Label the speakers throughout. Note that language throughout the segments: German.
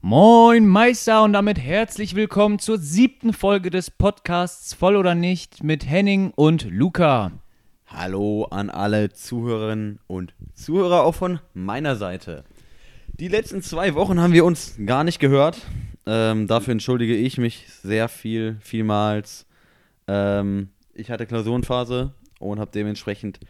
Speaker 1: Moin Meister und damit herzlich willkommen zur siebten Folge des Podcasts Voll oder nicht mit Henning und Luca.
Speaker 2: Hallo an alle Zuhörerinnen und Zuhörer auch von meiner Seite. Die letzten zwei Wochen haben wir uns gar nicht gehört. Ähm, dafür entschuldige ich mich sehr viel, vielmals. Ähm, ich hatte Klausurenphase und habe dementsprechend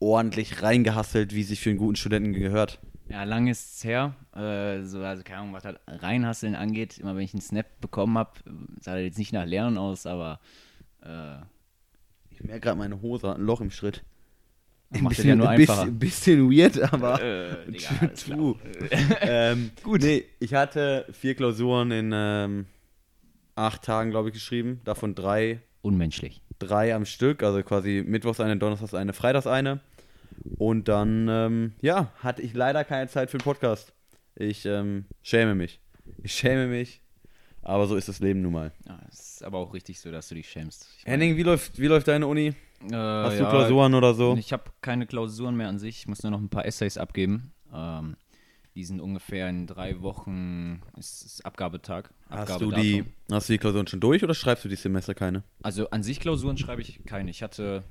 Speaker 2: ordentlich reingehasselt, wie sich für einen guten Studenten gehört.
Speaker 1: Ja, lang ist es her. Äh, so, also keine Ahnung, was halt reinhasseln angeht. Immer wenn ich einen Snap bekommen habe, sah das jetzt nicht nach Lernen aus, aber äh,
Speaker 2: Ich merke gerade, meine Hose hat ein Loch im Schritt.
Speaker 1: macht das ja nur
Speaker 2: ein bisschen-
Speaker 1: einfacher.
Speaker 2: bisschen weird, aber.
Speaker 1: Äh, Digga,
Speaker 2: True,
Speaker 1: alles klar. Äh.
Speaker 2: true. ähm, Gut. Nee, ich hatte vier Klausuren in ähm, acht Tagen, glaube ich, geschrieben. Davon drei,
Speaker 1: unmenschlich.
Speaker 2: drei am Stück. Also quasi Mittwochs eine, Donnerstags eine, Freitags eine. Und dann, ähm, ja, hatte ich leider keine Zeit für den Podcast. Ich ähm, schäme mich. Ich schäme mich. Aber so ist das Leben nun mal.
Speaker 1: Ja, es ist aber auch richtig so, dass du dich schämst. Ich mein,
Speaker 2: Henning, wie läuft, wie läuft deine Uni?
Speaker 1: äh,
Speaker 2: Hast du
Speaker 1: ja,
Speaker 2: Klausuren oder so?
Speaker 1: Ich habe keine Klausuren mehr an sich. Ich muss nur noch ein paar Essays abgeben. Ähm, die sind ungefähr in drei Wochen ist, ist Abgabetag.
Speaker 2: Hast du,
Speaker 1: Abgabedatum.
Speaker 2: die, hast du die Klausuren schon durch oder schreibst du dieses Semester keine?
Speaker 1: Also an sich Klausuren schreibe ich keine. Ich hatte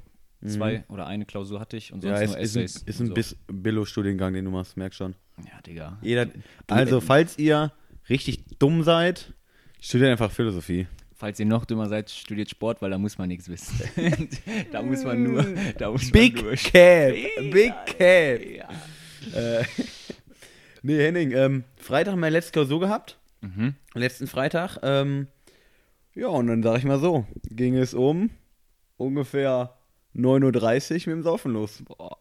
Speaker 1: zwei oder eine Klausur hatte ich und sonst
Speaker 2: Mhm. Ja, ist,
Speaker 1: nur
Speaker 2: ist
Speaker 1: Essays.
Speaker 2: ein, ist
Speaker 1: und
Speaker 2: ein
Speaker 1: so.
Speaker 2: Biss- Billo-Studiengang, den du machst, merk schon.
Speaker 1: Ja, Digga.
Speaker 2: Jeder, also,
Speaker 1: äh,
Speaker 2: falls ihr richtig dumm seid, studiert einfach Philosophie.
Speaker 1: Falls ihr noch dümmer seid, studiert Sport, weil da muss man nichts wissen. da muss man nur, da muss man nur.
Speaker 2: Cap! Big Cap! Äh, nee, Henning, ähm, Freitag meine letzte Klausur gehabt.
Speaker 1: Mhm.
Speaker 2: Letzten Freitag. Ähm, ja, und dann sag ich mal so: ging es um ungefähr 9.30 Uhr mit dem Saufen los.
Speaker 1: Boah,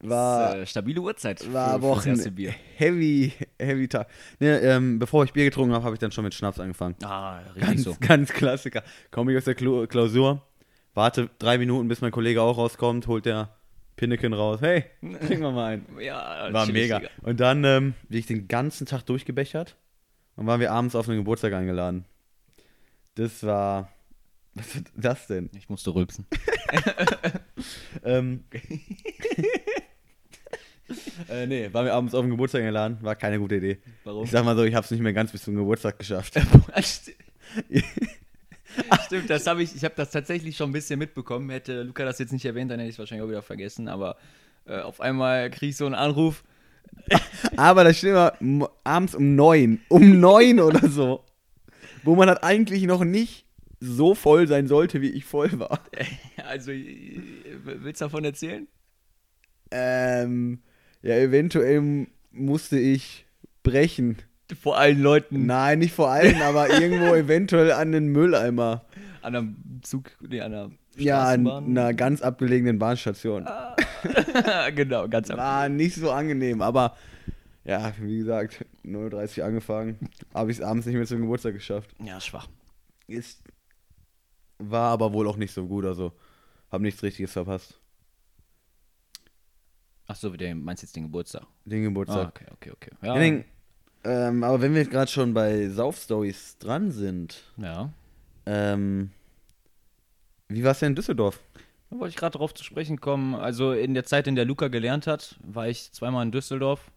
Speaker 2: War.
Speaker 1: das ist, äh, stabile Uhrzeit. für-
Speaker 2: War aber
Speaker 1: für
Speaker 2: auch
Speaker 1: das
Speaker 2: ein
Speaker 1: erste Bier.
Speaker 2: heavy, heavy Tag. Ne, ähm, bevor ich Bier getrunken habe, habe ich dann schon mit Schnaps angefangen.
Speaker 1: Ah, richtig
Speaker 2: Ganz,
Speaker 1: so.
Speaker 2: ganz Klassiker. Komme ich aus der Klu- Klausur, warte drei Minuten, bis mein Kollege auch rauskommt, holt der Pinneken raus. Hey, trinken wir mal ein.
Speaker 1: Ja,
Speaker 2: War
Speaker 1: chillig,
Speaker 2: mega.
Speaker 1: Digga.
Speaker 2: Und dann ähm, bin ich den ganzen Tag durchgebechert und waren wir abends auf einen Geburtstag eingeladen. Das war. Was ist das denn?
Speaker 1: Ich musste rülpsen.
Speaker 2: Ähm, äh, nee, waren wir abends auf den Geburtstag eingeladen, war keine gute Idee.
Speaker 1: Warum?
Speaker 2: Ich sag mal so, ich hab's nicht mehr ganz bis zum Geburtstag geschafft.
Speaker 1: Stimmt, das habe ich, ich habe das tatsächlich schon ein bisschen mitbekommen. Hätte Luca das jetzt nicht erwähnt, dann hätte ich es wahrscheinlich auch wieder vergessen, aber äh, auf einmal kriege ich so einen Anruf.
Speaker 2: Aber da steht immer m- abends um neun, um neun oder so, wo man halt eigentlich noch nicht so voll sein sollte, wie ich voll war.
Speaker 1: Also, äh, willst du davon erzählen?
Speaker 2: Ähm, ja, eventuell m- musste ich brechen.
Speaker 1: Vor allen Leuten
Speaker 2: Nein, nicht vor allem, aber irgendwo eventuell an den Mülleimer.
Speaker 1: an einem Zug, nee, an einer
Speaker 2: Ja, an
Speaker 1: Straßenbahn.
Speaker 2: einer ganz abgelegenen Bahnstation.
Speaker 1: genau, ganz ab.
Speaker 2: War nicht so angenehm, aber ja, wie gesagt, 9.30 Uhr angefangen, habe ich es abends nicht mehr zum Geburtstag geschafft.
Speaker 1: Ja, schwach.
Speaker 2: Ist, war aber wohl auch nicht so gut, also habe nichts Richtiges verpasst.
Speaker 1: Achso, du meinst jetzt den Geburtstag.
Speaker 2: Den
Speaker 1: Ah,
Speaker 2: Geburtstag.
Speaker 1: okay, okay, okay. Ja,
Speaker 2: Henning, ähm, aber wenn wir gerade schon bei Sauf-Stories dran sind,
Speaker 1: ja.
Speaker 2: ähm, wie war es denn in Düsseldorf?
Speaker 1: Da wollte ich gerade drauf zu sprechen kommen. Also, in der Zeit, in der Luca gelernt hat, war ich zweimal in Düsseldorf.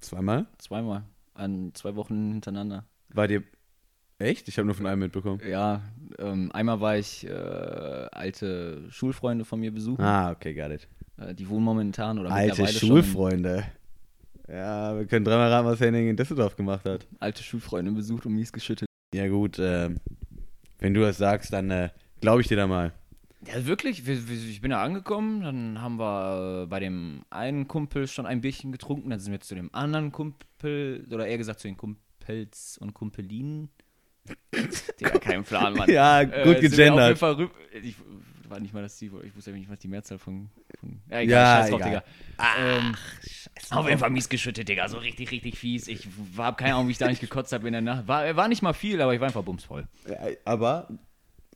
Speaker 2: Zweimal?
Speaker 1: Zweimal. An zwei Wochen hintereinander.
Speaker 2: War dir. Echt? Ich habe nur von einem mitbekommen.
Speaker 1: Ja, ähm, einmal war ich äh, alte Schulfreunde von mir besuchen.
Speaker 2: Ah, okay, got it.
Speaker 1: Äh, die wohnen momentan oder
Speaker 2: Alte
Speaker 1: mittlerweile
Speaker 2: Schulfreunde. Ja, wir können dreimal raten, was Henning in Düsseldorf gemacht hat.
Speaker 1: schon alte Schulfreunde besucht und mies geschüttelt.
Speaker 2: Ja, gut, ähm, wenn du das sagst, dann äh, glaube ich dir da mal.
Speaker 1: Ja, wirklich. Wir- wir- Ich bin da angekommen, dann haben wir äh, bei dem einen Kumpel schon ein Bierchen getrunken, dann sind wir zu dem anderen Kumpel, oder eher gesagt zu den Kumpels und Kumpelinen. Digga, kein Plan, Mann.
Speaker 2: Ja,
Speaker 1: Äh,
Speaker 2: gut
Speaker 1: sind wir auf jeden
Speaker 2: gegendert.
Speaker 1: Fall rüb- ich war nicht mal das Ziel, ich wusste ja nicht, was die Mehrzahl von. von ja, egal,
Speaker 2: Ja,
Speaker 1: scheiß drauf,
Speaker 2: egal.
Speaker 1: Digga. ähm, auf jeden Fall mies geschüttet, Digga. So richtig, richtig fies. Ich habe keine Ahnung, wie ich da nicht gekotzt habe in der Nacht. War, war nicht mal viel, aber ich war einfach bumsvoll.
Speaker 2: Ja, aber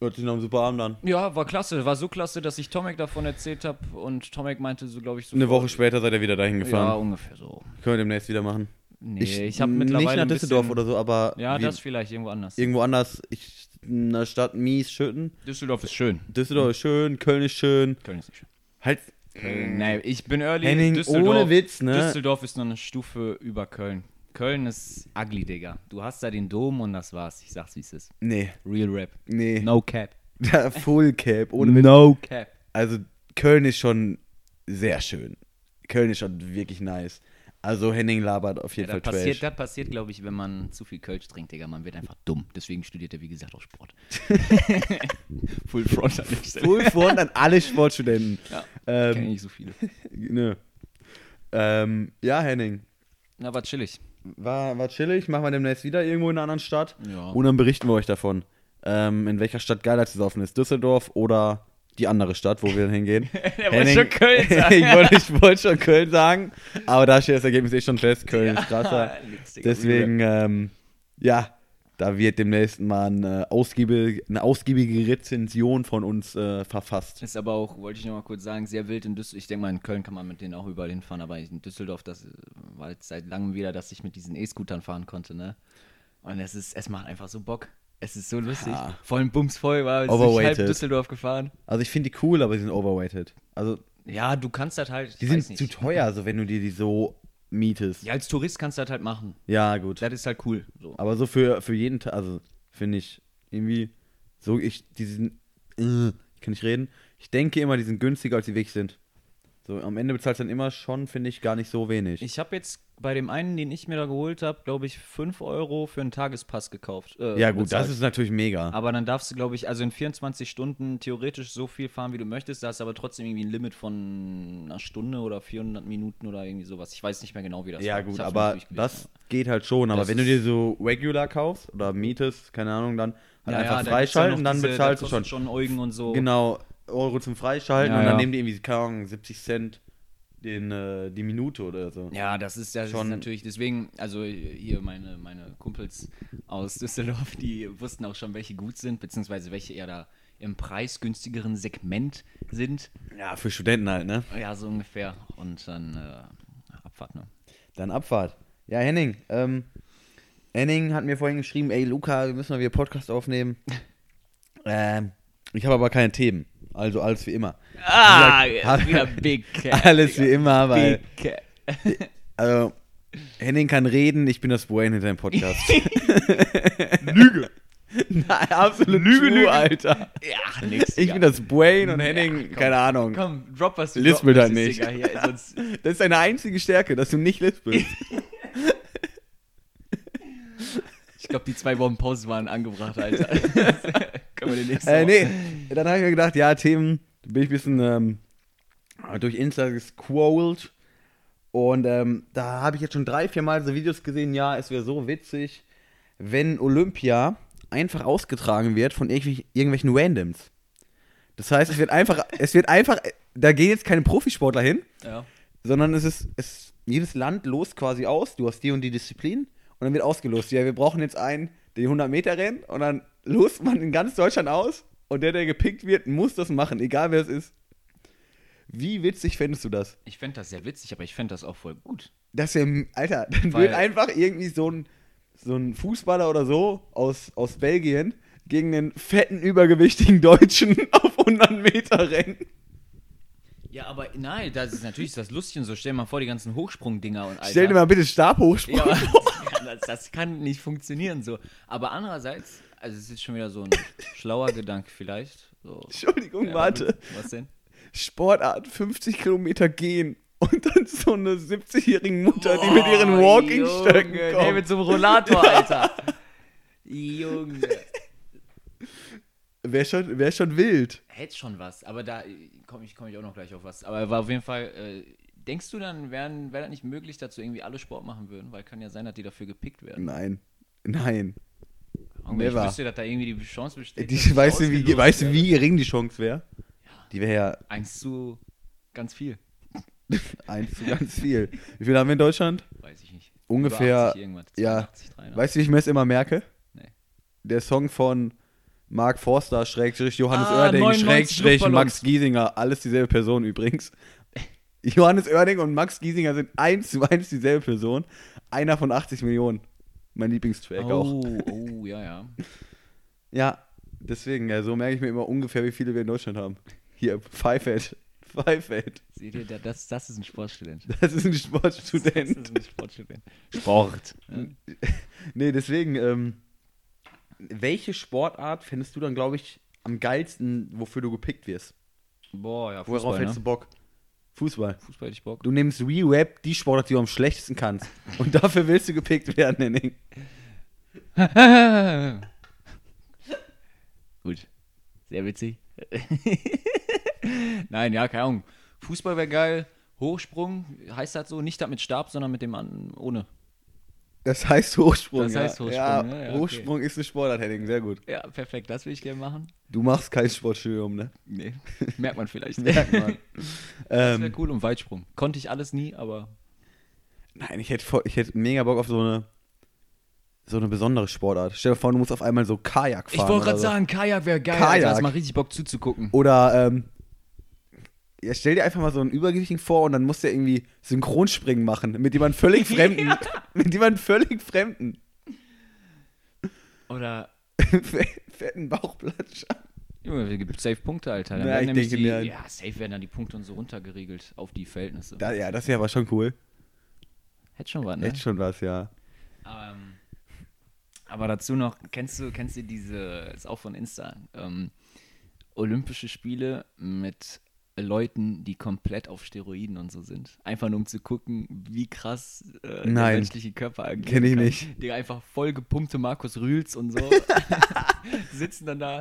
Speaker 2: hört sich noch ein super Abend an.
Speaker 1: Ja, war klasse. War so klasse, dass ich Tomek davon erzählt habe und Tomek meinte so, glaube ich, so.
Speaker 2: Eine Woche später seid ihr wieder dahin
Speaker 1: Ja,
Speaker 2: gefahren.
Speaker 1: ungefähr so.
Speaker 2: Können wir demnächst wieder machen.
Speaker 1: Nee, ich, habe mittlerweile.
Speaker 2: Nicht nach
Speaker 1: ein bisschen-
Speaker 2: Düsseldorf oder so, aber
Speaker 1: Ja,
Speaker 2: wie-
Speaker 1: das vielleicht irgendwo anders.
Speaker 2: irgendwo anders. Ich, in der Stadt mies schütten.
Speaker 1: Düsseldorf ist schön.
Speaker 2: Düsseldorf ist schön, Köln ist schön.
Speaker 1: Köln ist nicht schön.
Speaker 2: Halt.
Speaker 1: Köln, nee, Äh, ich bin early.
Speaker 2: Henning,
Speaker 1: Düsseldorf,
Speaker 2: ohne Witz, ne?
Speaker 1: Düsseldorf ist noch eine Stufe über Köln. Köln ist ugly, Digga. Du hast da den Dom und das war's. Ich sag's, wie es ist.
Speaker 2: Nee,
Speaker 1: Real Rap.
Speaker 2: nee.
Speaker 1: No cap.
Speaker 2: Da Full Cap, ohne Witz.
Speaker 1: no cap.
Speaker 2: Also Köln ist schon sehr schön. Köln ist schon wirklich nice. Also Henning labert auf jeden
Speaker 1: Ja, das
Speaker 2: Fall Trash.
Speaker 1: passiert, das passiert glaube ich, wenn man zu viel Kölsch trinkt, Digga. Man wird einfach dumm. Deswegen studiert er, wie gesagt, auch Sport. Full Front an der Stelle.
Speaker 2: Full Front an alle Sportstudenten.
Speaker 1: Ja,
Speaker 2: ähm,
Speaker 1: Kenn ich nicht so viele.
Speaker 2: Nö. Ähm, ja, Henning.
Speaker 1: Na, war chillig.
Speaker 2: War, war chillig. Machen wir demnächst wieder irgendwo in einer anderen Stadt.
Speaker 1: Ja.
Speaker 2: Und dann berichten wir euch davon. Ähm, in welcher Stadt geiler zu saufen ist. Düsseldorf oder die andere Stadt, wo wir dann hingehen.
Speaker 1: Er wollte schon Köln sagen.
Speaker 2: ich wollte ich wollte schon Köln sagen. Aber da steht das Ergebnis eh schon fest. Köln ist krasser.
Speaker 1: Nix, Digga.
Speaker 2: Deswegen, ähm, ja, da wird demnächst mal eine ausgiebige, eine ausgiebige Rezension von uns äh, verfasst.
Speaker 1: Ist aber auch, wollte ich noch mal kurz sagen, sehr wild in Düsseldorf. Ich denke mal, in Köln kann man mit denen auch überall hinfahren, aber in Düsseldorf, das äh, war jetzt seit langem wieder, dass ich mit diesen E-Scootern fahren konnte, ne? Und es ist, es macht einfach so Bock. Es ist so lustig.
Speaker 2: Ja.
Speaker 1: Voll ein Bums voll, war ich halb
Speaker 2: Overweighted.
Speaker 1: Düsseldorf gefahren.
Speaker 2: Also ich finde die cool, aber sie sind overweighted. Also
Speaker 1: Ja, du kannst das halt.
Speaker 2: die
Speaker 1: ich
Speaker 2: sind
Speaker 1: weiß nicht.
Speaker 2: zu teuer, so wenn du dir die so mietest.
Speaker 1: Ja, als Tourist kannst du das halt machen.
Speaker 2: Ja, gut.
Speaker 1: Das ist halt cool. So.
Speaker 2: Aber so für, für jeden Tag, also finde ich irgendwie so, ich, die sind, äh, ich kann nicht reden. Ich denke immer, die sind günstiger, als sie wirklich sind. So, am Ende bezahlst du dann immer schon, finde ich, gar nicht so wenig.
Speaker 1: Ich habe jetzt bei dem einen, den ich mir da geholt habe, glaube ich, 5 Euro für einen Tagespass gekauft. äh,
Speaker 2: ja, gut,
Speaker 1: bezahlt.
Speaker 2: das ist natürlich mega.
Speaker 1: Aber dann darfst du, glaube ich, also in 24 Stunden theoretisch so viel fahren, wie du möchtest. Da hast du aber trotzdem irgendwie ein Limit von einer Stunde oder 400 Minuten oder irgendwie sowas. Ich weiß nicht mehr genau, wie das
Speaker 2: Ja,
Speaker 1: war.
Speaker 2: gut,
Speaker 1: Ich hab's mir
Speaker 2: aber
Speaker 1: nicht durchgelesen,
Speaker 2: das geht halt schon. Aber
Speaker 1: Das
Speaker 2: wenn du
Speaker 1: ist-
Speaker 2: dir so regular kaufst oder mietest, keine Ahnung, dann halt
Speaker 1: Ja, ja, da
Speaker 2: einfach
Speaker 1: gibt's
Speaker 2: freischalten,
Speaker 1: noch
Speaker 2: dann
Speaker 1: diese-
Speaker 2: bezahlst du
Speaker 1: das
Speaker 2: schon.
Speaker 1: kostet schon Eugen und so.
Speaker 2: Genau, Euro zum Freischalten
Speaker 1: Ja,
Speaker 2: und dann
Speaker 1: ja.
Speaker 2: nehmen die irgendwie, keine Ahnung, 70 Cent den, äh, die Minute oder so.
Speaker 1: Ja, das ist ja
Speaker 2: Schon-
Speaker 1: schon natürlich, deswegen, also hier meine, meine Kumpels aus Düsseldorf, die wussten auch schon, welche gut sind, beziehungsweise welche eher da im preisgünstigeren Segment sind.
Speaker 2: Ja, für Studenten halt, ne?
Speaker 1: Ja, so ungefähr. Und dann äh, Abfahrt, ne?
Speaker 2: Dann Abfahrt. Ja, Henning. Ähm, Henning hat mir vorhin geschrieben, ey Luca, wir müssen mal wieder Podcast aufnehmen. ähm, ich habe aber keine Themen. Also alles wie immer.
Speaker 1: Ah,
Speaker 2: ja, wieder
Speaker 1: Big
Speaker 2: alles wie immer, weil
Speaker 1: Big
Speaker 2: also, Henning kann reden, ich bin das Brain hinter dem Podcast. Lüge. Nein, absolut Lüge, Lüge, Alter.
Speaker 1: Ja, nix.
Speaker 2: Ich bin das Brain und Henning,
Speaker 1: Ja, komm,
Speaker 2: keine Ahnung.
Speaker 1: Komm, drop was du
Speaker 2: Lispelt
Speaker 1: droppen
Speaker 2: halt
Speaker 1: willst,
Speaker 2: nicht.
Speaker 1: Digga, hier, sonst,
Speaker 2: Das ist deine einzige Stärke, dass du nicht lispelst.
Speaker 1: ich glaube, die zwei Wochen Pause waren angebracht, Alter. Können wir den nächsten
Speaker 2: Äh, nee, dann habe ich mir gedacht, ja, Themen, da bin ich ein bisschen ähm, durch Insta gescrollt. Und ähm, da habe ich jetzt schon drei, vier Mal so Videos gesehen, ja, es wäre so witzig, wenn Olympia einfach ausgetragen wird von irgendwelchen, irgendwelchen Randoms. Das heißt, es wird einfach, es wird einfach, da gehen jetzt keine Profisportler hin,
Speaker 1: Ja.
Speaker 2: sondern es ist, es, jedes Land lost quasi aus, du hast die und die Disziplin und dann wird ausgelost. Ja, wir brauchen jetzt einen, der die 100 Meter rennt und dann lost man in ganz Deutschland aus und der, der gepickt wird, muss das machen, egal wer es ist. Wie witzig fändest du das?
Speaker 1: Ich fände das sehr witzig, aber ich fände das auch voll gut.
Speaker 2: Dass wir, Alter, dann
Speaker 1: Weil-
Speaker 2: wird einfach irgendwie so ein, so ein Fußballer oder so aus, aus Belgien gegen den fetten, übergewichtigen Deutschen auf 100 Meter rennen.
Speaker 1: Ja, aber nein, das ist natürlich das Lustige und so. Stell dir mal vor, die ganzen Hochsprung-Dinger und Alter.
Speaker 2: Stell dir mal bitte Stabhochsprung
Speaker 1: Ja, aber
Speaker 2: vor.
Speaker 1: das, das kann nicht funktionieren so. Aber andererseits, also es ist schon wieder so ein schlauer Gedanke vielleicht. So.
Speaker 2: Entschuldigung,
Speaker 1: Ja,
Speaker 2: warte.
Speaker 1: Was denn?
Speaker 2: Sportart 50 Kilometer gehen und dann so eine 70-jährige Mutter, die mit ihren
Speaker 1: Boah,
Speaker 2: Walking-Stöcken
Speaker 1: Junge,
Speaker 2: kommt.
Speaker 1: Nee, mit so einem Rollator, Alter. Junge.
Speaker 2: Wäre schon, wär schon wild.
Speaker 1: Hätte schon was, aber da komme ich, komm ich auch noch gleich auf was. Aber war auf jeden Fall, äh, denkst du dann, wäre wär das nicht möglich, dass so irgendwie alle Sport machen würden? Weil kann ja sein, dass die dafür gepickt werden.
Speaker 2: Nein. Nein.
Speaker 1: Irgendwie, Ich
Speaker 2: never.
Speaker 1: wüsste, dass da irgendwie die Chance besteht. dass
Speaker 2: Die, weißt, du, wie,
Speaker 1: ausgelost
Speaker 2: weißt du,
Speaker 1: werden.
Speaker 2: wie gering die Chance wäre? Die wäre ja
Speaker 1: Eins zu ganz viel.
Speaker 2: 1 zu ganz viel. Wie viel haben wir in Deutschland?
Speaker 1: Weiß ich nicht.
Speaker 2: Ungefähr,
Speaker 1: Über 80 irgendwas.
Speaker 2: ja.
Speaker 1: 82, 83.
Speaker 2: Weißt du, wie ich mir das immer merke?
Speaker 1: Genau. Nee.
Speaker 2: Der Song von Mark Forster, Schrägstrich, Johannes
Speaker 1: Ah,
Speaker 2: Oerding,
Speaker 1: 99
Speaker 2: Schrägstrich,
Speaker 1: Luftballons.
Speaker 2: Max Giesinger. Alles dieselbe Person übrigens. Johannes Oerding und Max Giesinger sind eins zu eins dieselbe Person. Einer von 80 Millionen. Mein Lieblingstrack auch.
Speaker 1: oh, oh, ja, ja.
Speaker 2: Ja, deswegen, ja, so merke ich mir immer ungefähr, wie viele wir in Deutschland haben. Hier, Pfeifert. Pfeifeld.
Speaker 1: Seht ihr, da- das, das ist ein Sportstudent.
Speaker 2: Das ist ein
Speaker 1: Das
Speaker 2: Sportstudent.
Speaker 1: ist ein Sportstudent. Sport. Ja.
Speaker 2: Nee, deswegen, ähm, welche Sportart findest du dann, glaube ich, am geilsten, wofür du gepickt wirst?
Speaker 1: Boah, ja,
Speaker 2: Worauf
Speaker 1: Fußball,
Speaker 2: hättest
Speaker 1: ne?
Speaker 2: du Bock? Fußball.
Speaker 1: Fußball hätte ich Bock.
Speaker 2: Du nimmst Reweb, die Sportart, die du am schlechtesten kannst. Und dafür willst du gepickt werden, Henning.
Speaker 1: Gut. Sehr witzig. Nein, ja, keine Ahnung. Fußball wäre geil. Hochsprung heißt das so, nicht das mit Stab, sondern mit dem an, ohne.
Speaker 2: Das heißt Hochsprung.
Speaker 1: Das
Speaker 2: ja.
Speaker 1: heißt Hochsprung, ne?
Speaker 2: Ja,
Speaker 1: ja, ja, okay.
Speaker 2: Hochsprung ist eine Sportart, Henning. Sehr gut.
Speaker 1: Ja, perfekt, das will ich gerne machen.
Speaker 2: Du machst kein Sportstudium, ne?
Speaker 1: Nee, merkt man vielleicht.
Speaker 2: Merkt man.
Speaker 1: Das
Speaker 2: ähm,
Speaker 1: wäre cool und Weitsprung. Konnte ich alles nie, aber
Speaker 2: nein, ich hätte, voll- ich hätte mega Bock auf so eine, so eine besondere Sportart. Stell dir vor, du musst auf einmal so Kajak fahren.
Speaker 1: Ich wollte
Speaker 2: oder
Speaker 1: gerade
Speaker 2: so.
Speaker 1: sagen, Kajak Oh. wäre geil.
Speaker 2: Kajak.
Speaker 1: Alter, hast mal richtig Bock zuzugucken.
Speaker 2: Oder, ähm, ja, stell dir einfach mal so einen Übergewichtigen vor und dann musst du ja irgendwie Synchronspringen machen mit jemandem völlig Fremden. Mit jemandem völlig Fremden.
Speaker 1: Oder,
Speaker 2: Fetten Bauchplatscher.
Speaker 1: Junge, hier gibt safe Punkte, Alter. Dann
Speaker 2: Na,
Speaker 1: werden
Speaker 2: ich
Speaker 1: nämlich
Speaker 2: denke
Speaker 1: die,
Speaker 2: mir-
Speaker 1: ja, safe werden dann die Punkte und so runtergeregelt auf die Verhältnisse.
Speaker 2: Da, ja, das wäre aber schon cool.
Speaker 1: Hätte schon was, ne?
Speaker 2: Hätte schon was, ja.
Speaker 1: Ähm, aber dazu noch, kennst du, kennst du diese, ist auch von Insta, ähm, Olympische Spiele mit Leuten, die komplett auf Steroiden und so sind. Einfach nur um zu gucken, wie krass äh, der
Speaker 2: Nein.
Speaker 1: menschliche Körper eigentlich
Speaker 2: Kenn ich nicht.
Speaker 1: Der einfach voll gepumpte Markus Rühls und so sitzen dann da,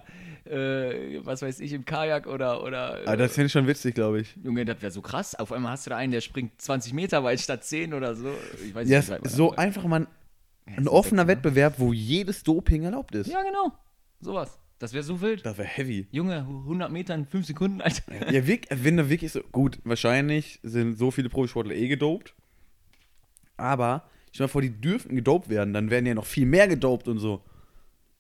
Speaker 1: äh, was weiß ich, im Kajak oder. oder
Speaker 2: Aber das finde ich schon witzig, glaube ich.
Speaker 1: Junge, das wäre so krass. Auf einmal hast du da einen, der springt 20 Meter weit statt 10 oder so. Ich weiß
Speaker 2: Ja,
Speaker 1: wie weit man
Speaker 2: so
Speaker 1: da-
Speaker 2: einfach mal ein,
Speaker 1: Ja,
Speaker 2: ein
Speaker 1: ist
Speaker 2: offener
Speaker 1: weg, ne?
Speaker 2: Wettbewerb, wo jedes Doping erlaubt ist.
Speaker 1: Ja, genau. Sowas. Das wäre so wild.
Speaker 2: Das wäre heavy.
Speaker 1: Junge, 100 Meter in 5 Sekunden, Alter.
Speaker 2: Ja, wirklich, wenn du wirklich so. Gut, wahrscheinlich sind so viele Profisportler eh gedopt. Aber stell dir mal vor, die dürften gedopt werden, dann werden ja noch viel mehr gedopt und so.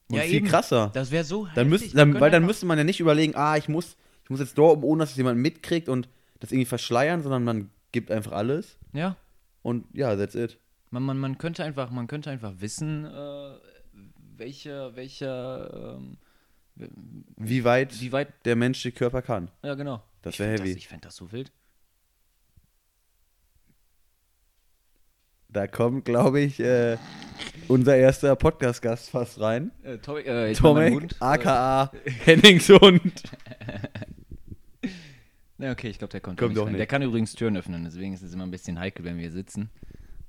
Speaker 2: Und viel
Speaker 1: eben.
Speaker 2: krasser.
Speaker 1: Das wäre so heftig.
Speaker 2: dann müsst, dann,
Speaker 1: Wir
Speaker 2: weil dann
Speaker 1: können
Speaker 2: müsste man ja nicht überlegen, ah, ich muss, ich muss jetzt dopen, ohne dass es jemand mitkriegt und das irgendwie verschleiern, sondern man gibt einfach alles
Speaker 1: einfach- Ja,
Speaker 2: und ja, that's it.
Speaker 1: man, man, man, könnte einfach, man könnte einfach wissen, äh, welche, welche, ähm,
Speaker 2: Wie weit
Speaker 1: wie weit.
Speaker 2: der menschliche Körper kann.
Speaker 1: Ja, genau.
Speaker 2: Das
Speaker 1: Ich
Speaker 2: wär
Speaker 1: fänd
Speaker 2: heavy.
Speaker 1: Ich fände das so wild.
Speaker 2: Da kommt, glaube ich, äh, unser erster Podcast-Gast fast rein.
Speaker 1: Äh, Tom, äh, jetzt mal mein
Speaker 2: Tomek,
Speaker 1: Hund.
Speaker 2: aka Hennings Hund.
Speaker 1: Äh, ja, okay, ich glaube, der kommt,
Speaker 2: Kommt
Speaker 1: nicht
Speaker 2: doch
Speaker 1: rein.
Speaker 2: nicht.
Speaker 1: Der kann übrigens Türen öffnen, deswegen ist es immer ein bisschen heikel, wenn wir sitzen.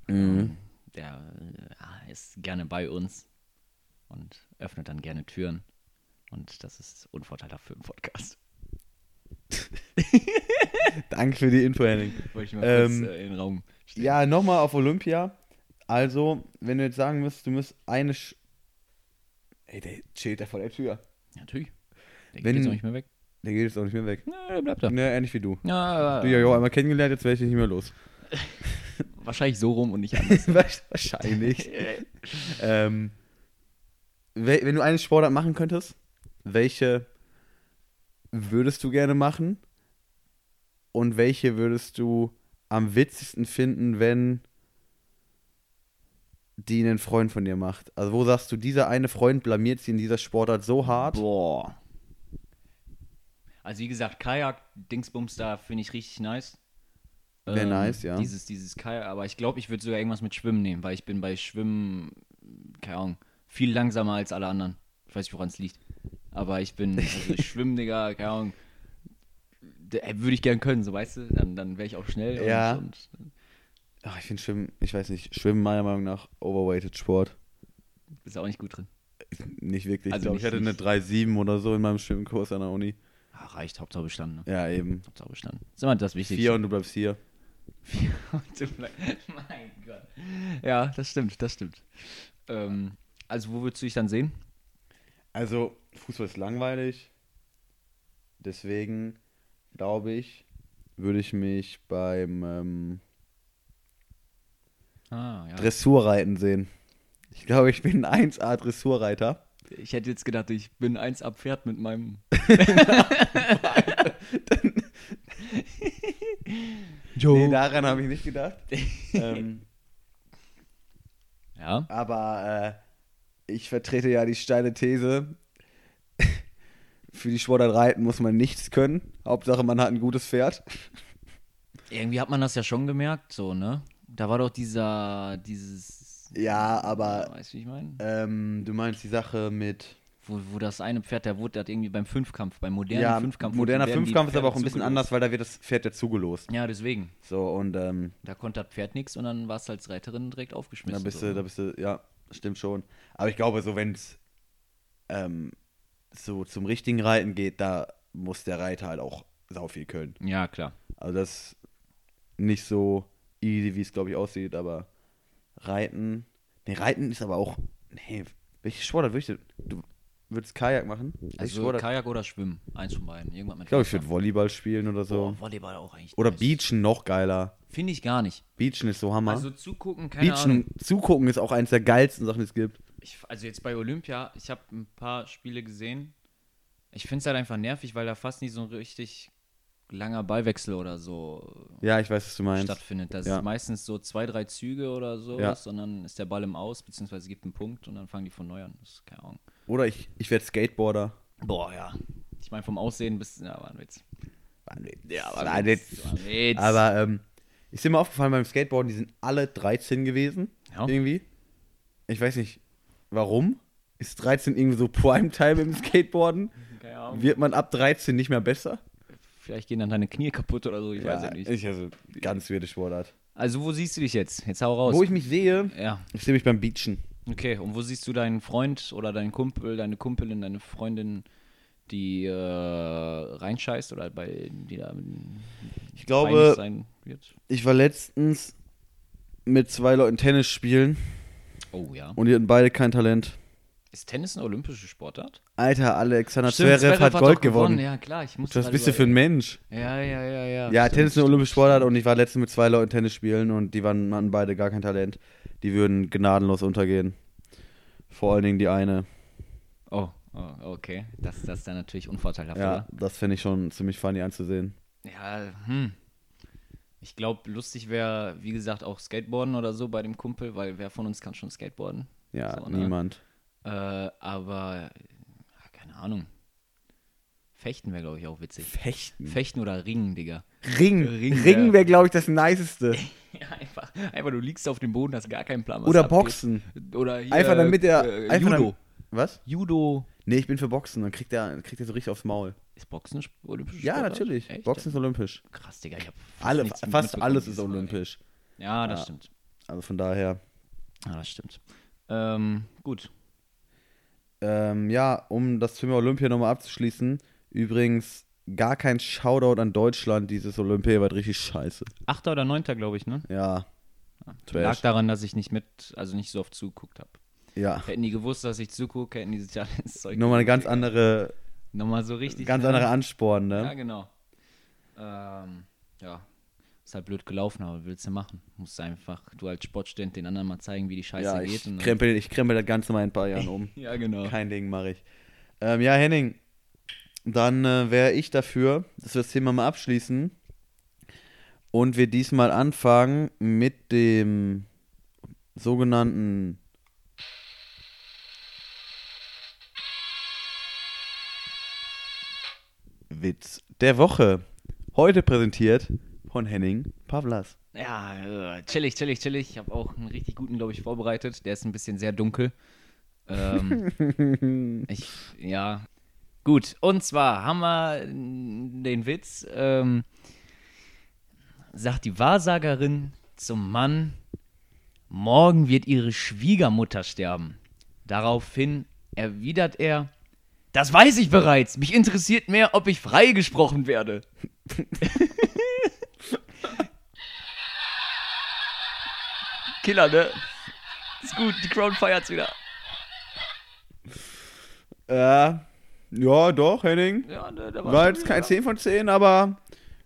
Speaker 2: Mhm.
Speaker 1: Der äh, ist gerne bei uns und öffnet dann gerne Türen. Und das ist unvorteilhaft für einen Podcast.
Speaker 2: Danke für die Info, Henning.
Speaker 1: Wollte ich mal
Speaker 2: Ähm,
Speaker 1: kurz äh, in den Raum stellen.
Speaker 2: Ja, nochmal auf Olympia. Also, wenn du jetzt sagen müsstest, du müsst eine. Sch Ey, der chillt da vor der Tür.
Speaker 1: Natürlich. Der
Speaker 2: Wenn-
Speaker 1: geht jetzt auch nicht mehr weg.
Speaker 2: Der geht jetzt auch nicht mehr weg.
Speaker 1: Na, der bleibt da.
Speaker 2: Ne, ähnlich wie du.
Speaker 1: Ja,
Speaker 2: Du ja, ja einmal kennengelernt, jetzt werde ich dich nicht mehr los.
Speaker 1: wahrscheinlich so rum und nicht anders. Äh,
Speaker 2: Wahrscheinlich. ähm, we- wenn du eine Sportart machen könntest, welche würdest du gerne machen? Und welche würdest du am witzigsten finden, wenn die einen Freund von dir macht? Also wo sagst du, dieser eine Freund blamiert sie in dieser Sportart so hart?
Speaker 1: Boah. Also wie gesagt, Kajak, Dingsbums da finde ich richtig nice. Ähm,
Speaker 2: Wär nice, ja.
Speaker 1: Dieses, dieses Kajak, aber ich glaube, ich würde sogar irgendwas mit Schwimmen nehmen, weil ich bin bei Schwimmen, keine Ahnung, viel langsamer als alle anderen. Ich weiß nicht, woran es liegt. Aber ich bin, also ich schwimme, Digga, keine Ahnung. Würde ich gern können, so weißt du, dann, dann wäre ich auch schnell. und-
Speaker 2: Ja.
Speaker 1: Und,
Speaker 2: Ach, ich finde Schwimmen, ich weiß nicht, Schwimmen meiner Meinung nach overweighted Sport.
Speaker 1: ist auch nicht gut drin.
Speaker 2: Nicht wirklich.
Speaker 1: Also
Speaker 2: ich
Speaker 1: nicht-
Speaker 2: glaube, ich hatte eine 3,7 oder so in meinem Schwimmkurs an der Uni.
Speaker 1: Ah, reicht, Hauptsache bestanden. Ne?
Speaker 2: Ja, eben.
Speaker 1: Hauptsache bestanden. Das ist immer das Wichtigste.
Speaker 2: Vier und du bleibst hier.
Speaker 1: Vier und du bleib- mein Gott. Ja, das stimmt, das stimmt. Ähm, also, wo würdest du dich dann sehen?
Speaker 2: Also, Fußball ist langweilig. Deswegen, glaube ich, würde ich mich beim ähm,
Speaker 1: Ah, ja.
Speaker 2: Dressurreiten sehen. Ich glaube, ich bin ein 1A Dressurreiter.
Speaker 1: Ich hätte jetzt gedacht, ich bin eins ab Pferd mit meinem. Joe.
Speaker 2: Nee, daran habe ich nicht gedacht. ähm,
Speaker 1: ja,
Speaker 2: aber äh, ich vertrete ja die steile These. Für die Sportart Reiten muss man nichts können. Hauptsache, man hat ein gutes Pferd.
Speaker 1: Irgendwie hat man das ja schon gemerkt, so, ne? Da war doch dieser, dieses,
Speaker 2: Ja, aber
Speaker 1: weißt du, wie ich meine?
Speaker 2: ähm, du meinst die Sache mit.
Speaker 1: Wo, wo das eine Pferd, der wurde, der hat irgendwie beim Fünfkampf, beim modernen
Speaker 2: ja,
Speaker 1: Fünfkampf.
Speaker 2: moderner
Speaker 1: werden die
Speaker 2: Fünfkampf ist
Speaker 1: Pferde
Speaker 2: aber auch ein bisschen
Speaker 1: zugelost.
Speaker 2: anders, weil da wird das Pferd ja zugelost.
Speaker 1: Ja, deswegen.
Speaker 2: So, und ähm,
Speaker 1: Da konnte das Pferd nichts und dann warst du als Reiterin direkt aufgeschmissen.
Speaker 2: Da bist
Speaker 1: so, ne?
Speaker 2: du, da bist du, ja, stimmt schon. Aber ich glaube, so wenn es ähm, so zum richtigen Reiten geht, da muss der Reiter halt auch sau viel können.
Speaker 1: ja, klar.
Speaker 2: Also das ist nicht so easy, wie es glaube ich aussieht, aber Reiten, nee, Reiten ist aber auch, nee, welche Sportart würdest du, du würdest Kajak machen? Welche
Speaker 1: Also
Speaker 2: Sportart?
Speaker 1: Kajak oder Schwimmen, eins von beiden. Irgendwann
Speaker 2: ich glaube, ich würde Volleyball spielen oder so.
Speaker 1: oh, Volleyball auch eigentlich.
Speaker 2: oder
Speaker 1: nice.
Speaker 2: Beachen noch geiler.
Speaker 1: Finde ich gar nicht.
Speaker 2: Beachen ist so Hammer.
Speaker 1: Also zugucken, keine Ahnung.
Speaker 2: Beachen, zugucken ist auch eines der geilsten Sachen, die es gibt.
Speaker 1: Ich, also jetzt bei Olympia, ich habe ein paar Spiele gesehen. Ich finde es halt einfach nervig, weil da fast nie so ein richtig langer Ballwechsel oder so
Speaker 2: Ja, ich weiß, was du meinst.
Speaker 1: stattfindet. Das
Speaker 2: Ja.
Speaker 1: ist meistens so zwei, drei Züge oder so,
Speaker 2: Ja.
Speaker 1: und dann ist der Ball im Aus, beziehungsweise gibt einen Punkt und dann fangen die von neu an. Das ist keine Ahnung.
Speaker 2: Oder ich, ich werde Skateboarder.
Speaker 1: Boah, ja. Ich meine, vom Aussehen bis. Ja, war ein Witz.
Speaker 2: Ja,
Speaker 1: war
Speaker 2: aber,
Speaker 1: ein Witz, war ein Witz.
Speaker 2: aber ähm, ist dir mal aufgefallen beim Skateboarden, die sind alle 13 gewesen.
Speaker 1: Ja.
Speaker 2: Irgendwie. Ich weiß nicht, warum. Ist 13 irgendwie so Primetime im Skateboarden?
Speaker 1: Keine Ahnung.
Speaker 2: Wird man ab 13 nicht mehr besser?
Speaker 1: Vielleicht gehen dann deine Knie kaputt oder so, ich weiß
Speaker 2: Ja,
Speaker 1: ja nicht.
Speaker 2: Ich also, ganz weirde Sportart.
Speaker 1: Also, wo siehst du dich jetzt? Jetzt hau raus.
Speaker 2: Wo ich mich sehe,
Speaker 1: ja,
Speaker 2: ich sehe mich beim Beachen.
Speaker 1: okay. Und wo siehst du deinen Freund oder deinen Kumpel, deine Kumpelin, deine Freundin, die äh, reinscheißt oder bei die da
Speaker 2: Ich
Speaker 1: einig
Speaker 2: glaube,
Speaker 1: sein wird?
Speaker 2: ich war letztens mit zwei Leuten Tennis spielen
Speaker 1: Oh ja.
Speaker 2: und die hatten beide kein Talent.
Speaker 1: Ist Tennis eine olympische Sportart?
Speaker 2: Alter, Alexander
Speaker 1: Stimmt,
Speaker 2: Zverev hat
Speaker 1: doch
Speaker 2: halt Gold gewonnen.
Speaker 1: Ja, klar, ich muss halt
Speaker 2: Das bist du für ein Mensch.
Speaker 1: Ja, ja, ja, ja.
Speaker 2: Ja,
Speaker 1: stimmt.
Speaker 2: Tennis ist eine olympische Sportart und ich war letztens mit zwei Leuten Tennis spielen und die waren, hatten beide gar kein Talent. Die würden gnadenlos untergehen. Vor allen Dingen die eine.
Speaker 1: Oh, oh, okay. Das, das ist dann natürlich unvorteilhaft,
Speaker 2: Ja, das finde ich schon ziemlich funny anzusehen.
Speaker 1: oder? Ja, hm. Ich glaube, lustig wäre, wie gesagt, auch Skateboarden oder so bei dem Kumpel, weil wer von uns kann schon Skateboarden?
Speaker 2: Ja,
Speaker 1: So, ne?
Speaker 2: niemand.
Speaker 1: Äh, aber, ja, keine Ahnung. Fechten wäre, glaube ich, auch witzig.
Speaker 2: Fechten.
Speaker 1: Fechten oder Ringen, Digga.
Speaker 2: Ring.
Speaker 1: Ring
Speaker 2: Ring,
Speaker 1: wär-
Speaker 2: wäre, glaube ich, das Niceste.
Speaker 1: Ja, einfach, einfach, du liegst auf dem Boden, hast gar keinen Plan, was
Speaker 2: Oder
Speaker 1: abgeht.
Speaker 2: Boxen.
Speaker 1: Oder hier,
Speaker 2: Einfach damit der.
Speaker 1: äh,
Speaker 2: einfach
Speaker 1: Judo.
Speaker 2: Damit, was?
Speaker 1: Judo.
Speaker 2: Nee, ich bin für Boxen. Dann kriegt der, kriegt der so richtig aufs Maul.
Speaker 1: Ist Boxen sp- olympisch?
Speaker 2: Ja, natürlich.
Speaker 1: Echt?
Speaker 2: Boxen ist olympisch.
Speaker 1: Krass, Digga. Ich hab fast
Speaker 2: Alle,
Speaker 1: nichts
Speaker 2: fast
Speaker 1: mitbekommen
Speaker 2: alles ist
Speaker 1: dieses Mal, ey.
Speaker 2: olympisch.
Speaker 1: Ja, das
Speaker 2: Ja.
Speaker 1: stimmt.
Speaker 2: Also von daher.
Speaker 1: Ja, das stimmt. Ähm, gut.
Speaker 2: Ähm, ja, um das Thema Olympia nochmal abzuschließen, übrigens gar kein Shoutout an Deutschland, dieses Olympia war richtig scheiße.
Speaker 1: Achter oder neunter, glaube ich, ne?
Speaker 2: Ja,
Speaker 1: Lag
Speaker 2: Trash.
Speaker 1: daran, dass ich nicht mit, also nicht so oft zuguckt habe.
Speaker 2: ja.
Speaker 1: Hätten die gewusst, dass ich zugucke, hätten die sich ja ins Zeug
Speaker 2: Nochmal eine
Speaker 1: gelegt.
Speaker 2: ganz andere,
Speaker 1: Nochmal so richtig.
Speaker 2: ganz
Speaker 1: ne?
Speaker 2: andere Ansporn,
Speaker 1: Ja,
Speaker 2: ne?
Speaker 1: genau. Ähm, ja. Ist halt blöd gelaufen, aber willst du machen? Musst einfach, du als Sportstudent den anderen mal zeigen, wie die Scheiße
Speaker 2: Ja,
Speaker 1: geht.
Speaker 2: ich
Speaker 1: und dann-
Speaker 2: krempel, ich krempel das Ganze mal in ein paar Jahren um.
Speaker 1: ja, genau.
Speaker 2: Kein Ding mache ich. Ähm, ja, Henning, dann äh, wäre ich dafür, dass wir das Thema mal abschließen und wir diesmal anfangen mit dem sogenannten Witz der Woche. Heute präsentiert von Henning Pavlas.
Speaker 1: Ja, äh, chillig, chillig, chillig. Ich habe auch einen richtig guten, glaube ich, vorbereitet. Der ist ein bisschen sehr dunkel. Ähm, ich, ja. Gut, und zwar haben wir n- den Witz, ähm, sagt die Wahrsagerin zum Mann, morgen wird ihre Schwiegermutter sterben. Daraufhin erwidert er, das weiß ich bereits, mich interessiert mehr, ob ich freigesprochen werde. Killer, ne? Ist gut, die Crown feiert's wieder.
Speaker 2: Äh, ja, doch, Henning.
Speaker 1: Ja, ne, der
Speaker 2: War jetzt kein 10 von 10, aber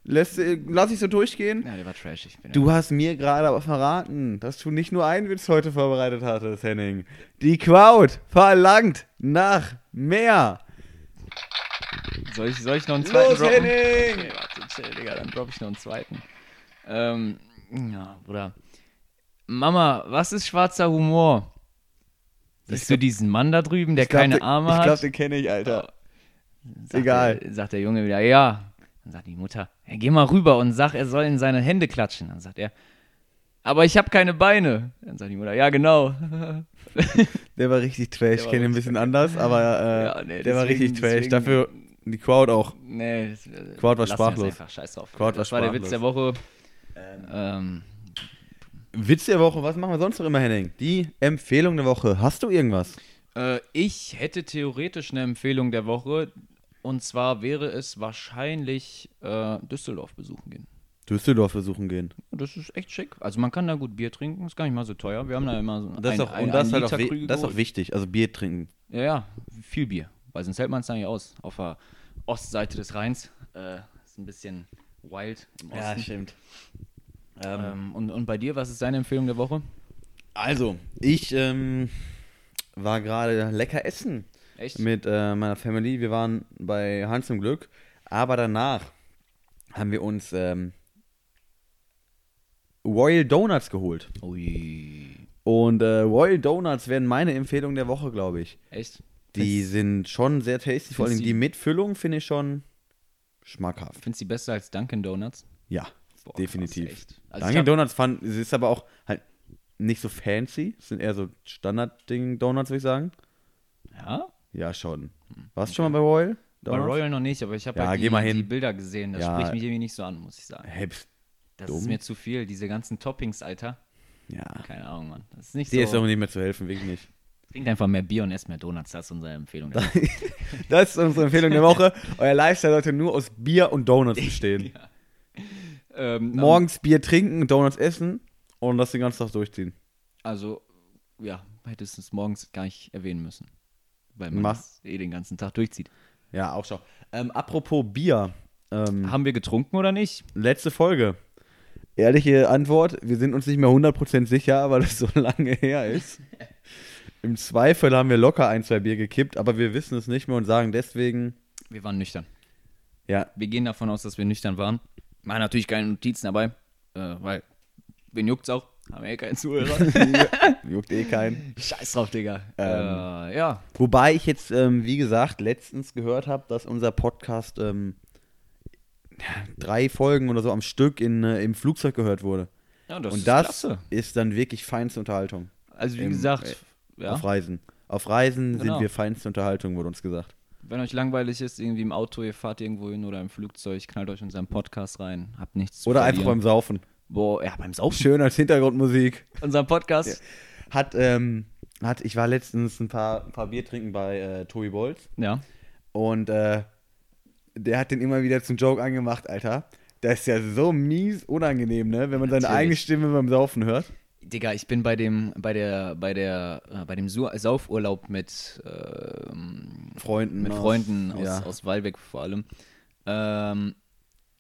Speaker 2: lässt, äh, lass ich so durchgehen.
Speaker 1: Ja, der war trash. Ich bin
Speaker 2: Du hast mir gerade aber verraten, dass du nicht nur einen Witz heute vorbereitet hattest, Henning. Die Crowd verlangt nach mehr.
Speaker 1: Soll ich, soll ich noch einen
Speaker 2: Los,
Speaker 1: zweiten droppen?
Speaker 2: Henning!
Speaker 1: Okay, warte, chill, Digga, dann droppe ich noch einen zweiten. Ähm, ja, Bruder. Mama, was ist schwarzer Humor? Siehst du diesen Mann da drüben, der
Speaker 2: Ich glaub,
Speaker 1: keine
Speaker 2: den-
Speaker 1: Arme
Speaker 2: Ich
Speaker 1: hat?
Speaker 2: glaube, den kenne ich, Alter.
Speaker 1: Sagt
Speaker 2: Egal.
Speaker 1: Der, sagt der Junge wieder, ja. Dann sagt die Mutter, "Ja, geh mal rüber und sag, er soll in seine Hände klatschen. Dann sagt er, aber ich habe keine Beine. Dann sagt die Mutter, ja, genau.
Speaker 2: Der war richtig trash. Ich
Speaker 1: war
Speaker 2: kenne ihn ein bisschen anders, aber äh,
Speaker 1: Ja, nee,
Speaker 2: der war
Speaker 1: deswegen-
Speaker 2: richtig trash.
Speaker 1: deswegen-
Speaker 2: Dafür die Crowd auch.
Speaker 1: Nee, das, äh,
Speaker 2: Quad war
Speaker 1: lass uns
Speaker 2: sprachlos.
Speaker 1: Einfach, scheiß drauf.
Speaker 2: Quad war
Speaker 1: das war der Witz
Speaker 2: sprachlos.
Speaker 1: der Woche. Ähm,
Speaker 2: Witz der Woche, was machen wir sonst noch immer, Henning? Die Empfehlung der Woche. Hast du irgendwas?
Speaker 1: äh, ich hätte theoretisch eine Empfehlung der Woche. Und zwar wäre es wahrscheinlich äh, Düsseldorf besuchen gehen.
Speaker 2: Düsseldorf versuchen gehen.
Speaker 1: Das ist echt schick. Also man kann da gut Bier trinken, ist gar nicht mal so teuer. Wir haben da immer so
Speaker 2: Das ist
Speaker 1: ein-
Speaker 2: auch,
Speaker 1: ein-
Speaker 2: und das, ist
Speaker 1: ein
Speaker 2: halt auch,
Speaker 1: Liter
Speaker 2: wi-
Speaker 1: Krüge
Speaker 2: das ist auch
Speaker 1: geholt.
Speaker 2: wichtig. Also Bier trinken.
Speaker 1: Ja, ja, viel Bier. Weil sonst hält man es da nicht aus. Auf der Ostseite des Rheins. Äh, ist ein bisschen wild im Osten.
Speaker 2: stimmt.
Speaker 1: ähm, und, und bei dir, was ist deine Empfehlung der Woche?
Speaker 2: Also, ich ähm, war gerade lecker essen
Speaker 1: Echt?
Speaker 2: mit äh, meiner Family. Wir waren bei Hans im Glück. Aber danach haben wir uns ähm, Royal Donuts geholt.
Speaker 1: Ui.
Speaker 2: Und äh, Royal Donuts werden meine Empfehlung der Woche, glaube ich.
Speaker 1: Echt?
Speaker 2: Die sind schon sehr tasty. Vor allem
Speaker 1: Findest
Speaker 2: die Mitfüllung finde ich schon schmackhaft.
Speaker 1: Findest du die besser als Dunkin' Donuts?
Speaker 2: Ja,
Speaker 1: Boah,
Speaker 2: definitiv.
Speaker 1: krass, echt. Also ich
Speaker 2: Dunkin'
Speaker 1: hab-
Speaker 2: Donuts fand, es ist aber auch halt nicht so fancy. Es sind eher so Standard-Ding-Donuts, würde ich sagen.
Speaker 1: Ja?
Speaker 2: Ja, schon. Warst du schon mal bei Royal?
Speaker 1: Hm, Bei Royal noch nicht, aber ich habe
Speaker 2: Ja,
Speaker 1: halt
Speaker 2: geh
Speaker 1: die,
Speaker 2: mal hin.
Speaker 1: die Bilder gesehen. Das
Speaker 2: Ja.
Speaker 1: spricht mich irgendwie nicht so an, muss ich sagen.
Speaker 2: Hey, pst,
Speaker 1: Das
Speaker 2: Dumm.
Speaker 1: ist mir zu viel, diese ganzen Toppings, Alter.
Speaker 2: ja.
Speaker 1: Keine Ahnung, Mann. Das ist nicht
Speaker 2: Dir ist
Speaker 1: so.
Speaker 2: auch nicht mehr zu helfen, wirklich nicht.
Speaker 1: Trinkt einfach mehr Bier und esst mehr Donuts. Das ist unsere Empfehlung. Ähm,
Speaker 2: Das ist unsere Empfehlung der Woche. Euer Lifestyle sollte nur aus Bier und Donuts bestehen.
Speaker 1: ähm,
Speaker 2: Morgens Bier trinken, Donuts essen und das den ganzen Tag durchziehen.
Speaker 1: Also, ja, hättest du es morgens gar nicht erwähnen müssen. Weil man
Speaker 2: Mach.
Speaker 1: es eh den ganzen Tag durchzieht.
Speaker 2: Ja, auch schon. Ähm, apropos Bier. Ähm,
Speaker 1: Haben wir getrunken oder nicht?
Speaker 2: Letzte Folge. Ehrliche Antwort, wir sind uns nicht mehr 100% sicher, weil das so lange her ist. Im Zweifel haben wir locker ein, zwei Bier gekippt, aber wir wissen es nicht mehr und sagen deswegen,
Speaker 1: Wir waren nüchtern.
Speaker 2: ja,
Speaker 1: Wir gehen davon aus, dass wir nüchtern waren. Machen natürlich keine Notizen dabei, äh, weil wen juckt's auch? Haben wir eh keinen Zuhörer.
Speaker 2: juckt eh keinen.
Speaker 1: Scheiß drauf, Digga.
Speaker 2: Ähm,
Speaker 1: Äh, ja,
Speaker 2: Wobei ich jetzt, ähm, wie gesagt, letztens gehört habe, dass unser Podcast ähm, drei Folgen oder so am Stück in, äh, im Flugzeug gehört wurde.
Speaker 1: ja das
Speaker 2: und
Speaker 1: ist
Speaker 2: das
Speaker 1: klasse.
Speaker 2: ist dann wirklich feinste Unterhaltung.
Speaker 1: Also wie
Speaker 2: im-
Speaker 1: gesagt,
Speaker 2: äh,
Speaker 1: ja,
Speaker 2: Auf Reisen. Auf Reisen
Speaker 1: Genau.
Speaker 2: sind wir feinste Unterhaltung, wurde uns gesagt.
Speaker 1: wenn euch langweilig ist, irgendwie im Auto, ihr fahrt irgendwo hin oder im Flugzeug, knallt euch unseren Podcast rein, habt nichts zu
Speaker 2: Oder einfach
Speaker 1: verlieren.
Speaker 2: beim Saufen.
Speaker 1: Boah, ja, beim Saufen.
Speaker 2: Schön als Hintergrundmusik.
Speaker 1: Unseren Podcast.
Speaker 2: Hat, ähm, hat, ich war letztens ein paar, ein paar Bier trinken bei äh, Tobi Bolz
Speaker 1: Ja.
Speaker 2: und äh, der hat den immer wieder zum Joke angemacht, Alter. Das ist ja so mies unangenehm, ne? Wenn man seine
Speaker 1: Natürlich.
Speaker 2: eigene Stimme beim Saufen hört.
Speaker 1: Digga, ich bin bei dem, bei der, bei der, äh, bei dem Su Saufurlaub mit, ähm,
Speaker 2: Freunden.
Speaker 1: mit
Speaker 2: aus-
Speaker 1: Freunden aus,
Speaker 2: Genau. ja.
Speaker 1: aus Walbeck vor allem. Ähm,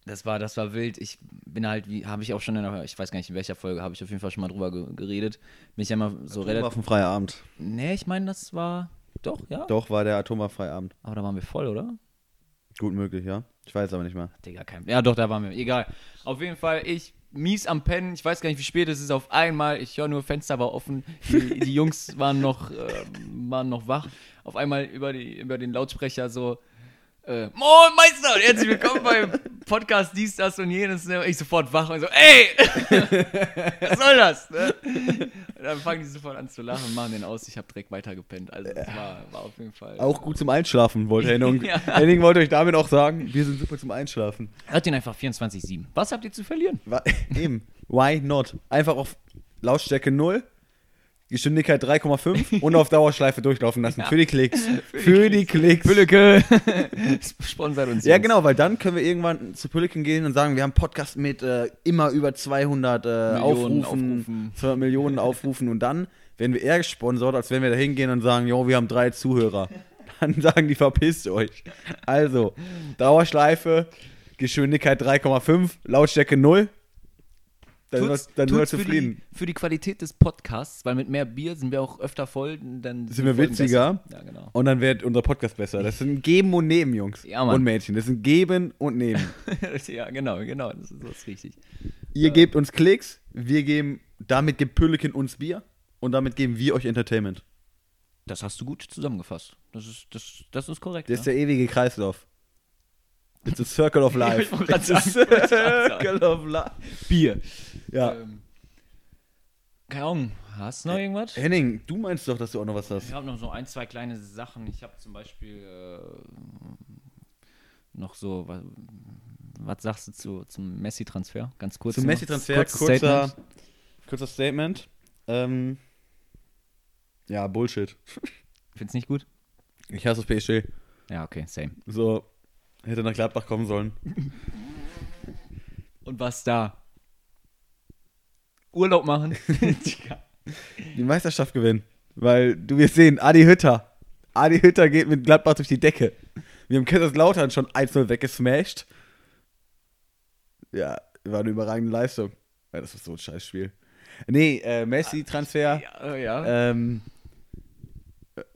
Speaker 1: das war, das war wild. Ich bin halt, wie habe ich auch schon in einer, ich weiß gar nicht in welcher Folge, habe ich auf jeden Fall schon mal drüber ge geredet. Bin ich ja immer so relativ.
Speaker 2: Atomwaffenfreier Abend.
Speaker 1: Nee, ich meine, das war doch, ja.
Speaker 2: Doch, war der atomwaffenfreie Abend.
Speaker 1: Aber da waren wir voll, oder?
Speaker 2: Gut möglich, ja. Ich weiß aber nicht mehr.
Speaker 1: Digga, kein. Ja, doch, da waren wir. Egal. Auf jeden Fall, ich mies am Pennen. Ich weiß gar nicht, wie spät es ist. Auf einmal, ich höre nur, Fenster war offen. Die, die Jungs waren noch, äh, waren noch wach. Auf einmal über, die, über den Lautsprecher so. Äh, Moin Meister und herzlich willkommen beim Podcast dies, das und jenes. ne? Ich sofort wach und so, ey, was soll das? Ne? Und dann fangen die sofort an zu lachen und machen den aus. Ich habe direkt weitergepennt. Also es war, war auf jeden Fall.
Speaker 2: Auch gut zum Einschlafen, wollte Henning.
Speaker 1: Ja.
Speaker 2: Henning wollte euch damit auch sagen, wir sind super zum Einschlafen.
Speaker 1: Hört den einfach 24-7. Was habt ihr zu verlieren?
Speaker 2: Wa- Eben. Why not? Einfach auf Lautstärke 0, Geschwindigkeit 3,5 und auf Dauerschleife durchlaufen lassen. Für die Klicks. Für die Klicks.
Speaker 1: Püllecke sponsert uns.
Speaker 2: Ja,
Speaker 1: jetzt.
Speaker 2: genau, weil dann können wir irgendwann zu Pülliken gehen und sagen, wir haben einen Podcast mit äh, immer über 200 äh,
Speaker 1: Millionen
Speaker 2: Aufrufen,
Speaker 1: Aufrufen.
Speaker 2: 200 Millionen Aufrufen und dann werden wir eher gesponsert, als wenn wir da hingehen und sagen, jo, wir haben drei Zuhörer. Dann sagen die, verpisst euch. Also, Dauerschleife, Geschwindigkeit 3,5, Lautstärke 0. Dann,
Speaker 1: Tut's-
Speaker 2: sind wir, dann sind wir
Speaker 1: tut's
Speaker 2: zufrieden.
Speaker 1: Für die, für die Qualität des Podcasts, weil mit mehr Bier sind wir auch öfter voll. Dann
Speaker 2: Sind wir
Speaker 1: Folgen
Speaker 2: witziger.
Speaker 1: besser. Ja, genau.
Speaker 2: Und dann wird unser Podcast besser. Das sind Geben und Nehmen, Jungs.
Speaker 1: Ja, Mann.
Speaker 2: und Mädchen. Das sind Geben und Nehmen.
Speaker 1: ja, genau, genau. Das ist, das ist richtig.
Speaker 2: Ihr gebt uns Klicks, wir geben, damit gibt Pülliken uns Bier und damit geben wir euch Entertainment.
Speaker 1: Das hast du gut zusammengefasst. Das ist, das, das ist korrekt. ne?
Speaker 2: Das ist
Speaker 1: ja.
Speaker 2: der ewige Kreislauf. It's a circle of
Speaker 1: Ich
Speaker 2: life.
Speaker 1: wollte
Speaker 2: It's a
Speaker 1: gerade sagen, ich wollte gerade sagen.
Speaker 2: circle of life.
Speaker 1: Bier.
Speaker 2: Ja.
Speaker 1: Ähm, keine Ahnung, hast du noch irgendwas?
Speaker 2: Henning, du meinst doch, dass du auch noch was hast.
Speaker 1: Ich habe noch so ein, zwei kleine Sachen. Ich habe zum Beispiel äh, noch so, was, was sagst du zu, zum Messi-Transfer? Ganz kurz.
Speaker 2: Zum
Speaker 1: nur.
Speaker 2: Messi-Transfer,
Speaker 1: Kurzes
Speaker 2: kurzer,
Speaker 1: Statement.
Speaker 2: kurzer Statement. Ähm, ja, Bullshit.
Speaker 1: Findest nicht gut?
Speaker 2: Ich hasse das PSG.
Speaker 1: Ja, okay, same.
Speaker 2: So, hätte nach Gladbach kommen sollen.
Speaker 1: Und was da? Urlaub machen. Digga.
Speaker 2: Die Meisterschaft gewinnen. Weil du wirst sehen, Adi Hütter. Adi Hütter geht mit Gladbach durch die Decke. Wir haben Kaiserslautern schon 1-0 weggesmashed. Ja, war eine überragende Leistung. Ja, das ist so ein Scheißspiel. Nee, äh, Messi-Transfer.
Speaker 1: ja, äh, ja.
Speaker 2: Ähm,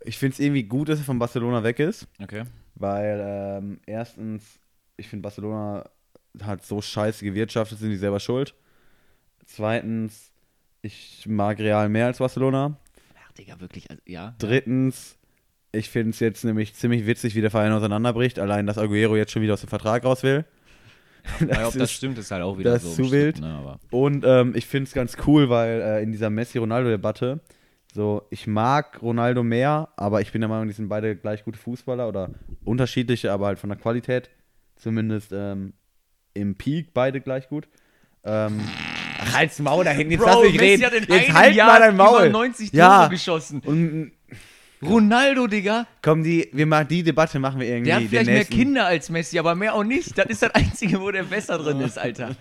Speaker 2: ich finde es irgendwie gut, dass er von Barcelona weg ist.
Speaker 1: Okay.
Speaker 2: Weil ähm, erstens, ich finde, Barcelona hat so scheiße gewirtschaftet, sind die selber schuld. Zweitens, ich mag Real mehr als Barcelona.
Speaker 1: Ach, Digga, wirklich. Also, ja.
Speaker 2: Drittens, ich finde es jetzt nämlich ziemlich witzig, wie der Verein auseinanderbricht. Allein, dass Aguero jetzt schon wieder aus dem Vertrag raus will.
Speaker 1: Weil, ob das
Speaker 2: ist-
Speaker 1: stimmt, ist halt auch wieder
Speaker 2: das
Speaker 1: so.
Speaker 2: ist zu
Speaker 1: bestimmt, Ne, aber
Speaker 2: Und ähm, ich finde es ganz cool, weil äh, in dieser Messi-Ronaldo-Debatte, so, ich mag Ronaldo mehr, aber ich bin der Meinung, die sind beide gleich gute Fußballer oder unterschiedliche, aber halt von der Qualität zumindest ähm, im Peak beide gleich gut. Ähm, Ach, halt's Maul da hinten, jetzt lass mich reden. Jetzt halt mal dein Maul. ja.
Speaker 1: geschossen.
Speaker 2: Und
Speaker 1: Ronaldo, Digga,
Speaker 2: komm, die, wir machen, die Debatte machen wir irgendwie.
Speaker 1: der hat
Speaker 2: den
Speaker 1: vielleicht mehr
Speaker 2: nächsten.
Speaker 1: Kinder als Messi, aber mehr auch nicht. Das ist das Einzige, wo der besser drin ist, Alter.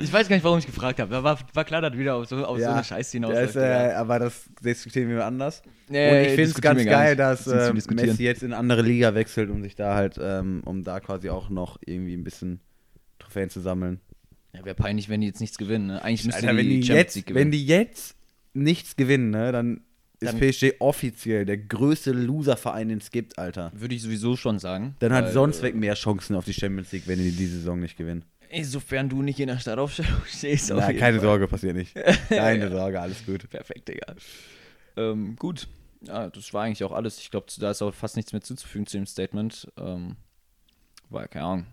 Speaker 1: Ich weiß gar nicht, warum ich gefragt habe. Da war, war klar, dass wieder auf so, auf so eine Scheiße hinausläuft.
Speaker 2: Das, äh, aber das diskutieren wir anders.
Speaker 1: Nee,
Speaker 2: und ich finde es
Speaker 1: Äh, diskutieren
Speaker 2: ganz
Speaker 1: wir gar
Speaker 2: geil,
Speaker 1: nicht.
Speaker 2: dass
Speaker 1: Das sind zu
Speaker 2: ähm,
Speaker 1: diskutieren.
Speaker 2: Messi jetzt in eine andere Liga wechselt, um sich da halt, ähm, um da quasi auch noch irgendwie ein bisschen Trophäen zu sammeln.
Speaker 1: ja, Wäre peinlich, wenn die jetzt nichts gewinnen. Ne? Eigentlich müsste
Speaker 2: Alter,
Speaker 1: die,
Speaker 2: wenn die,
Speaker 1: Champions League
Speaker 2: jetzt, wenn
Speaker 1: gewinnen.
Speaker 2: die jetzt nichts gewinnen, ne, dann ist
Speaker 1: Dann-
Speaker 2: PSG offiziell der größte Loser-Verein, den es gibt, Alter.
Speaker 1: Würde ich sowieso schon sagen.
Speaker 2: Dann
Speaker 1: weil,
Speaker 2: hat sonst
Speaker 1: äh,
Speaker 2: weg mehr Chancen auf die Champions League, wenn die die Saison nicht gewinnen.
Speaker 1: ey, Sofern du nicht in der Startaufstellung stehst. auf
Speaker 2: Na,
Speaker 1: jeden
Speaker 2: keine
Speaker 1: Fall.
Speaker 2: Sorge, passiert nicht. Keine Sorge, alles gut.
Speaker 1: Perfekt, Digga. Ähm, gut. Ja, das war eigentlich auch alles. Ich glaube, da ist auch fast nichts mehr zuzufügen zu dem Statement. Ähm, war ja keine Ahnung.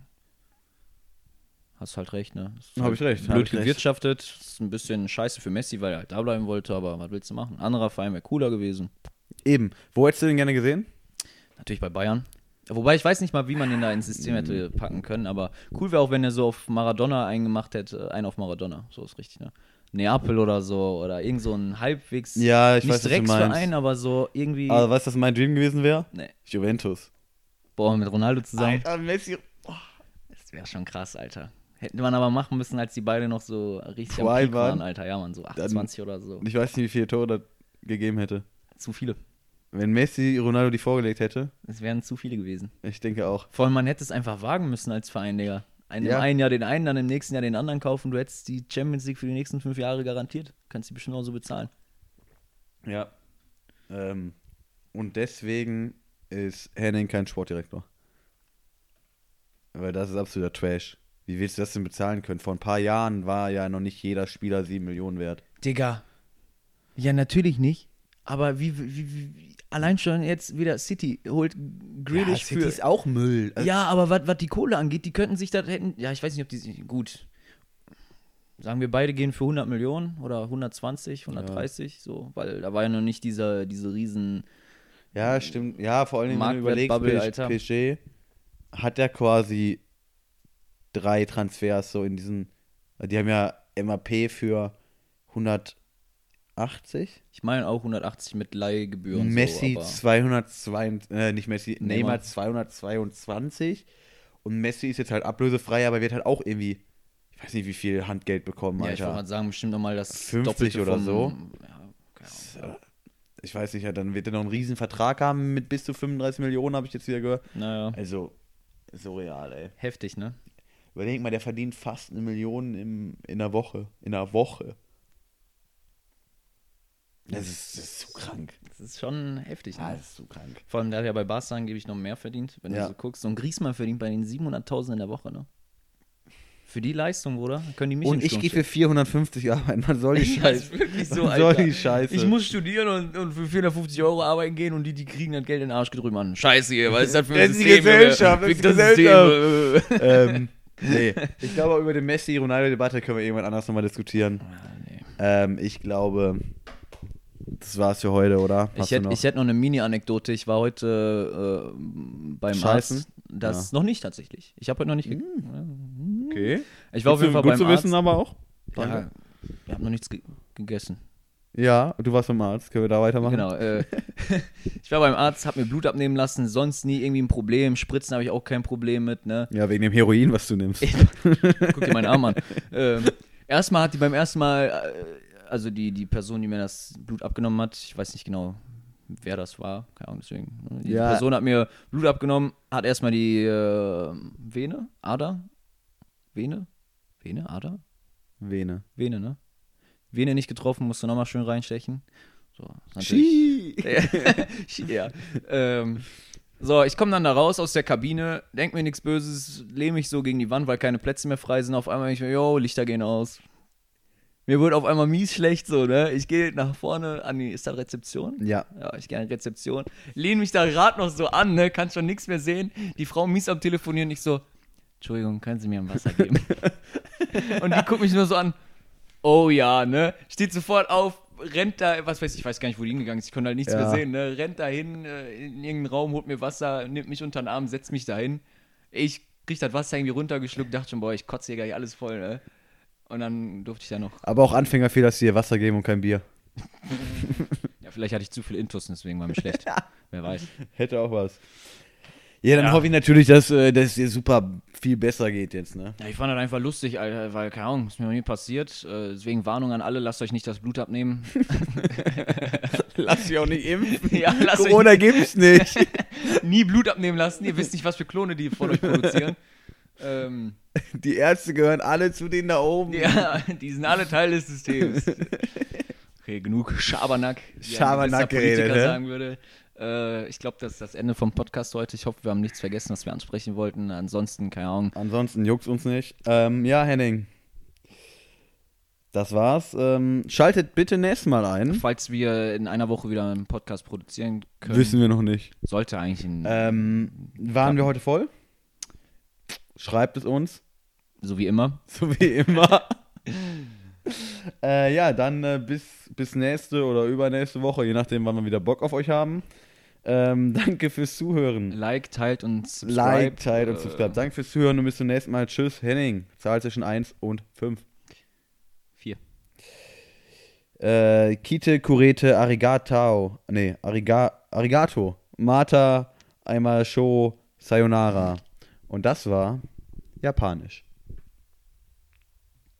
Speaker 1: Hast halt recht, ne? Ist
Speaker 2: Hab
Speaker 1: halt
Speaker 2: ich recht, hab
Speaker 1: Blöd
Speaker 2: ich recht.
Speaker 1: gewirtschaftet. Ist ein bisschen scheiße für Messi, weil er halt da bleiben wollte, aber was willst du machen? Ein anderer Verein wäre cooler gewesen.
Speaker 2: Eben. Wo hättest du den gerne gesehen?
Speaker 1: Natürlich bei Bayern. Wobei ich weiß nicht mal, wie man ihn da ins System hätte packen können, aber cool wäre auch, wenn er so auf Maradona einen gemacht hätte, äh, einen auf Maradona, so ist richtig, ne? Neapel oder so oder irgend so ein halbwegs
Speaker 2: Ja, ich
Speaker 1: nicht
Speaker 2: weiß, was du
Speaker 1: direkt
Speaker 2: meinst.
Speaker 1: Verein, aber so irgendwie
Speaker 2: Also, weißt du, was mein Dream gewesen wäre?
Speaker 1: nee.
Speaker 2: Juventus.
Speaker 1: Boah, mit Ronaldo zusammen.
Speaker 2: Alter, Messi. oh.
Speaker 1: Das wäre schon krass, Alter. Hätte man aber machen müssen, als die beide noch so richtig am
Speaker 2: Zwei
Speaker 1: Peak waren,
Speaker 2: waren.
Speaker 1: Alter. Ja, man, so 28 oder so.
Speaker 2: Ich weiß nicht, wie viele Tore das gegeben hätte.
Speaker 1: Zu viele.
Speaker 2: Wenn Messi Ronaldo die vorgelegt hätte,
Speaker 1: Es wären zu viele gewesen.
Speaker 2: ich denke auch.
Speaker 1: Vor allem, man hätte es einfach wagen müssen als Verein, Digga. Ein,
Speaker 2: Ja.
Speaker 1: Im einen Jahr den einen, dann im nächsten Jahr den anderen kaufen. Du hättest die Champions League für die nächsten fünf Jahre garantiert. Kannst die bestimmt auch so bezahlen.
Speaker 2: Ja. Ähm, und deswegen ist Henning kein Sportdirektor. Weil das ist absoluter Trash. Wie willst du das denn bezahlen können? Vor ein paar Jahren war ja noch nicht jeder Spieler 7 Millionen wert.
Speaker 1: Digga. Ja, natürlich nicht. Aber wie, wie, wie, wie allein schon jetzt wieder City holt Grealish für
Speaker 2: also auch Müll. Also
Speaker 1: ja, aber was die Kohle angeht, die könnten sich das hätten. Ja, ich weiß nicht, ob die. sich- Gut. Sagen wir, beide gehen für 100 Millionen oder 120, 130, so, weil da war ja noch nicht dieser, diese riesen.
Speaker 2: Ja, stimmt. Ja, vor allen Dingen, wenn du
Speaker 1: Marktwert-
Speaker 2: überlegst,
Speaker 1: Bubble,
Speaker 2: PSG,
Speaker 1: Alter.
Speaker 2: PSG hat ja quasi drei Transfers so in diesen. Die haben ja MAP für 180,
Speaker 1: Ich meine auch 180 mit Leihgebühren.
Speaker 2: Messi
Speaker 1: So, aber
Speaker 2: 222, äh, nicht Messi, Neymar
Speaker 1: Neymar.
Speaker 2: 222 und Messi ist jetzt halt ablösefrei, aber wird halt auch irgendwie, ich weiß nicht, wie viel Handgeld bekommen,
Speaker 1: ja, ich wollte
Speaker 2: Alter.
Speaker 1: mal sagen, bestimmt nochmal das
Speaker 2: 50
Speaker 1: Doppelte
Speaker 2: oder
Speaker 1: vom,
Speaker 2: so.
Speaker 1: Ja, keine Ahnung.
Speaker 2: äh, Ich, weiß nicht, ja, dann wird er noch einen riesen Vertrag haben mit bis zu 35 Millionen, habe ich jetzt wieder gehört.
Speaker 1: Naja,
Speaker 2: Also, surreal, ey.
Speaker 1: heftig, ne?
Speaker 2: Überleg mal, der verdient fast eine Million im, in der Woche. In der Woche. Das ist, das ist zu krank. Ah,
Speaker 1: Das ist schon heftig, ne?
Speaker 2: ist zu krank.
Speaker 1: Vor allem, da hat ja bei Barca angeblich noch mehr verdient, wenn
Speaker 2: Ja.
Speaker 1: du so guckst. So ein Griezmann verdient bei den 700.000 in der Woche, ne? Für die Leistung, Bruder, können die mich
Speaker 2: Und
Speaker 1: in
Speaker 2: ich
Speaker 1: Sturm
Speaker 2: gehe
Speaker 1: stellen.
Speaker 2: für 450 arbeiten. Man soll die
Speaker 1: Ja, ist
Speaker 2: Scheiße.
Speaker 1: wirklich so,
Speaker 2: Man soll
Speaker 1: Alter.
Speaker 2: die Scheiße.
Speaker 1: Ich muss studieren und, und für 450 Euro arbeiten gehen und die, die kriegen das Geld in den Arsch gedrückt, Mann. Scheiße hier, was ist das für ein
Speaker 2: Das ist die
Speaker 1: System? Junge?
Speaker 2: Gesellschaft, das ist
Speaker 1: Fick
Speaker 2: die
Speaker 1: System. äh.
Speaker 2: ähm, nee. Ich glaube, auch über die Messi-Ronaldo-Debatte können wir irgendwann anders nochmal diskutieren.
Speaker 1: Ah, nee.
Speaker 2: Ähm, ich glaube, das war's für heute, oder?
Speaker 1: Ich
Speaker 2: Hast du
Speaker 1: hätte,
Speaker 2: noch?
Speaker 1: ich hätte noch eine Mini-Anekdote. Ich war heute äh, beim
Speaker 2: Scheißen? Hm,
Speaker 1: Arzt. Das noch nicht tatsächlich. Ich habe heute noch nicht. ge-
Speaker 2: okay.
Speaker 1: Ich war auf jeden Fall
Speaker 2: gut
Speaker 1: beim
Speaker 2: zu
Speaker 1: Arzt.
Speaker 2: wissen, aber auch.
Speaker 1: ja,
Speaker 2: Danke.
Speaker 1: ich habe noch nichts ge gegessen.
Speaker 2: Ja, du warst beim Arzt. Können wir da weitermachen?
Speaker 1: Genau. Äh, ich war beim Arzt, habe mir Blut abnehmen lassen. Sonst nie irgendwie ein Problem. Spritzen habe ich auch kein Problem mit. Ne?
Speaker 2: Ja, wegen dem Heroin, was du nimmst.
Speaker 1: Guck dir meinen Arm an. Ähm, erstmal hat die beim ersten Mal, äh, also die, die Person, die mir das Blut abgenommen hat, ich weiß nicht genau, wer das war, keine Ahnung, deswegen. ne? Die
Speaker 2: Ja.
Speaker 1: Person hat mir Blut abgenommen, hat erstmal die äh, Vene, Ader, Vene, Vene, Ader,
Speaker 2: Vene.
Speaker 1: Vene, ne? Vene nicht getroffen, musste nochmal schön reinstechen. So, ist natürlich-
Speaker 2: Schi.
Speaker 1: ja. ähm, so, ich komme dann da raus aus der Kabine, denk mir nichts Böses, lehne mich so gegen die Wand, weil keine Plätze mehr frei sind. Auf einmal denk ich mir, yo, Lichter gehen aus. Mir wird auf einmal mies schlecht so, ne? Ich gehe nach vorne an die, ist da Rezeption?
Speaker 2: Ja.
Speaker 1: Ja, ich gehe an die Rezeption, lehne mich da gerade noch so an, ne? Kann schon nichts mehr sehen. Die Frau mies am Telefonieren, ich so, Entschuldigung, können Sie mir ein Wasser geben? Und die guckt mich nur so an, oh ja, ne? Steht sofort auf, rennt da, was weiß ich, ich weiß gar nicht, wo die hingegangen ist, ich konnte halt nichts
Speaker 2: Ja.
Speaker 1: mehr sehen, ne? Rennt da hin, äh, in irgendeinen Raum, holt mir Wasser, nimmt mich unter den Arm, setzt mich da hin. Ich krieg das Wasser irgendwie runtergeschluckt, dachte schon, boah, ich kotze hier gleich alles voll, ne? Und dann durfte ich da noch,
Speaker 2: Aber auch Anfängerfehler, dass sie dir Wasser geben und kein Bier.
Speaker 1: ja, vielleicht hatte ich zu viel Intus, deswegen war mir schlecht. Wer weiß.
Speaker 2: Hätte auch was. Ja, dann hoffe ich natürlich, dass, äh, dass es dir super viel besser geht jetzt, ne?
Speaker 1: Ja, ich fand das einfach lustig, Alter, weil, keine Ahnung, ist mir noch nie passiert. Äh, deswegen Warnung an alle, lasst euch nicht das Blut abnehmen.
Speaker 2: Lass dich auch nicht impfen.
Speaker 1: ja, lasst
Speaker 2: Corona gibt's nicht.
Speaker 1: euch nie Blut abnehmen lassen. Ihr wisst nicht, was für Klone die von euch produzieren. ähm,
Speaker 2: Die Ärzte gehören alle zu denen da oben.
Speaker 1: ja, die sind alle Teil des Systems. Okay, genug Schabernack. wie ein
Speaker 2: Schabernack
Speaker 1: gewisser
Speaker 2: geredet,
Speaker 1: Politiker
Speaker 2: ne?
Speaker 1: sagen würde. Äh, ich glaube, das ist das Ende vom Podcast heute. Ich hoffe, wir haben nichts vergessen, was wir ansprechen wollten. Ansonsten, keine Ahnung.
Speaker 2: Ansonsten juckt's uns nicht. Ähm, ja, Henning. Das war's. Ähm, schaltet bitte nächstes Mal ein.
Speaker 1: Falls wir in einer Woche wieder einen Podcast produzieren können,
Speaker 2: Wissen wir noch nicht.
Speaker 1: sollte eigentlich ein,
Speaker 2: Ähm, waren wir heute voll? Schreibt es uns.
Speaker 1: so wie immer.
Speaker 2: So wie immer. äh, ja, dann äh, bis, bis nächste oder übernächste Woche, je nachdem, wann wir wieder Bock auf euch haben. Ähm, danke fürs Zuhören.
Speaker 1: Like, teilt und subscribe.
Speaker 2: Like, teilt und
Speaker 1: Äh,
Speaker 2: subscribe. Danke fürs Zuhören und bis zum nächsten Mal. Tschüss, Henning. Zahl zwischen 1 und 5.
Speaker 1: Vier.
Speaker 2: Äh, Kite, Kurete, Arigatao. Nee, Ariga, Arigato. Mata, einmal Show, Sayonara. Und das war Japanisch.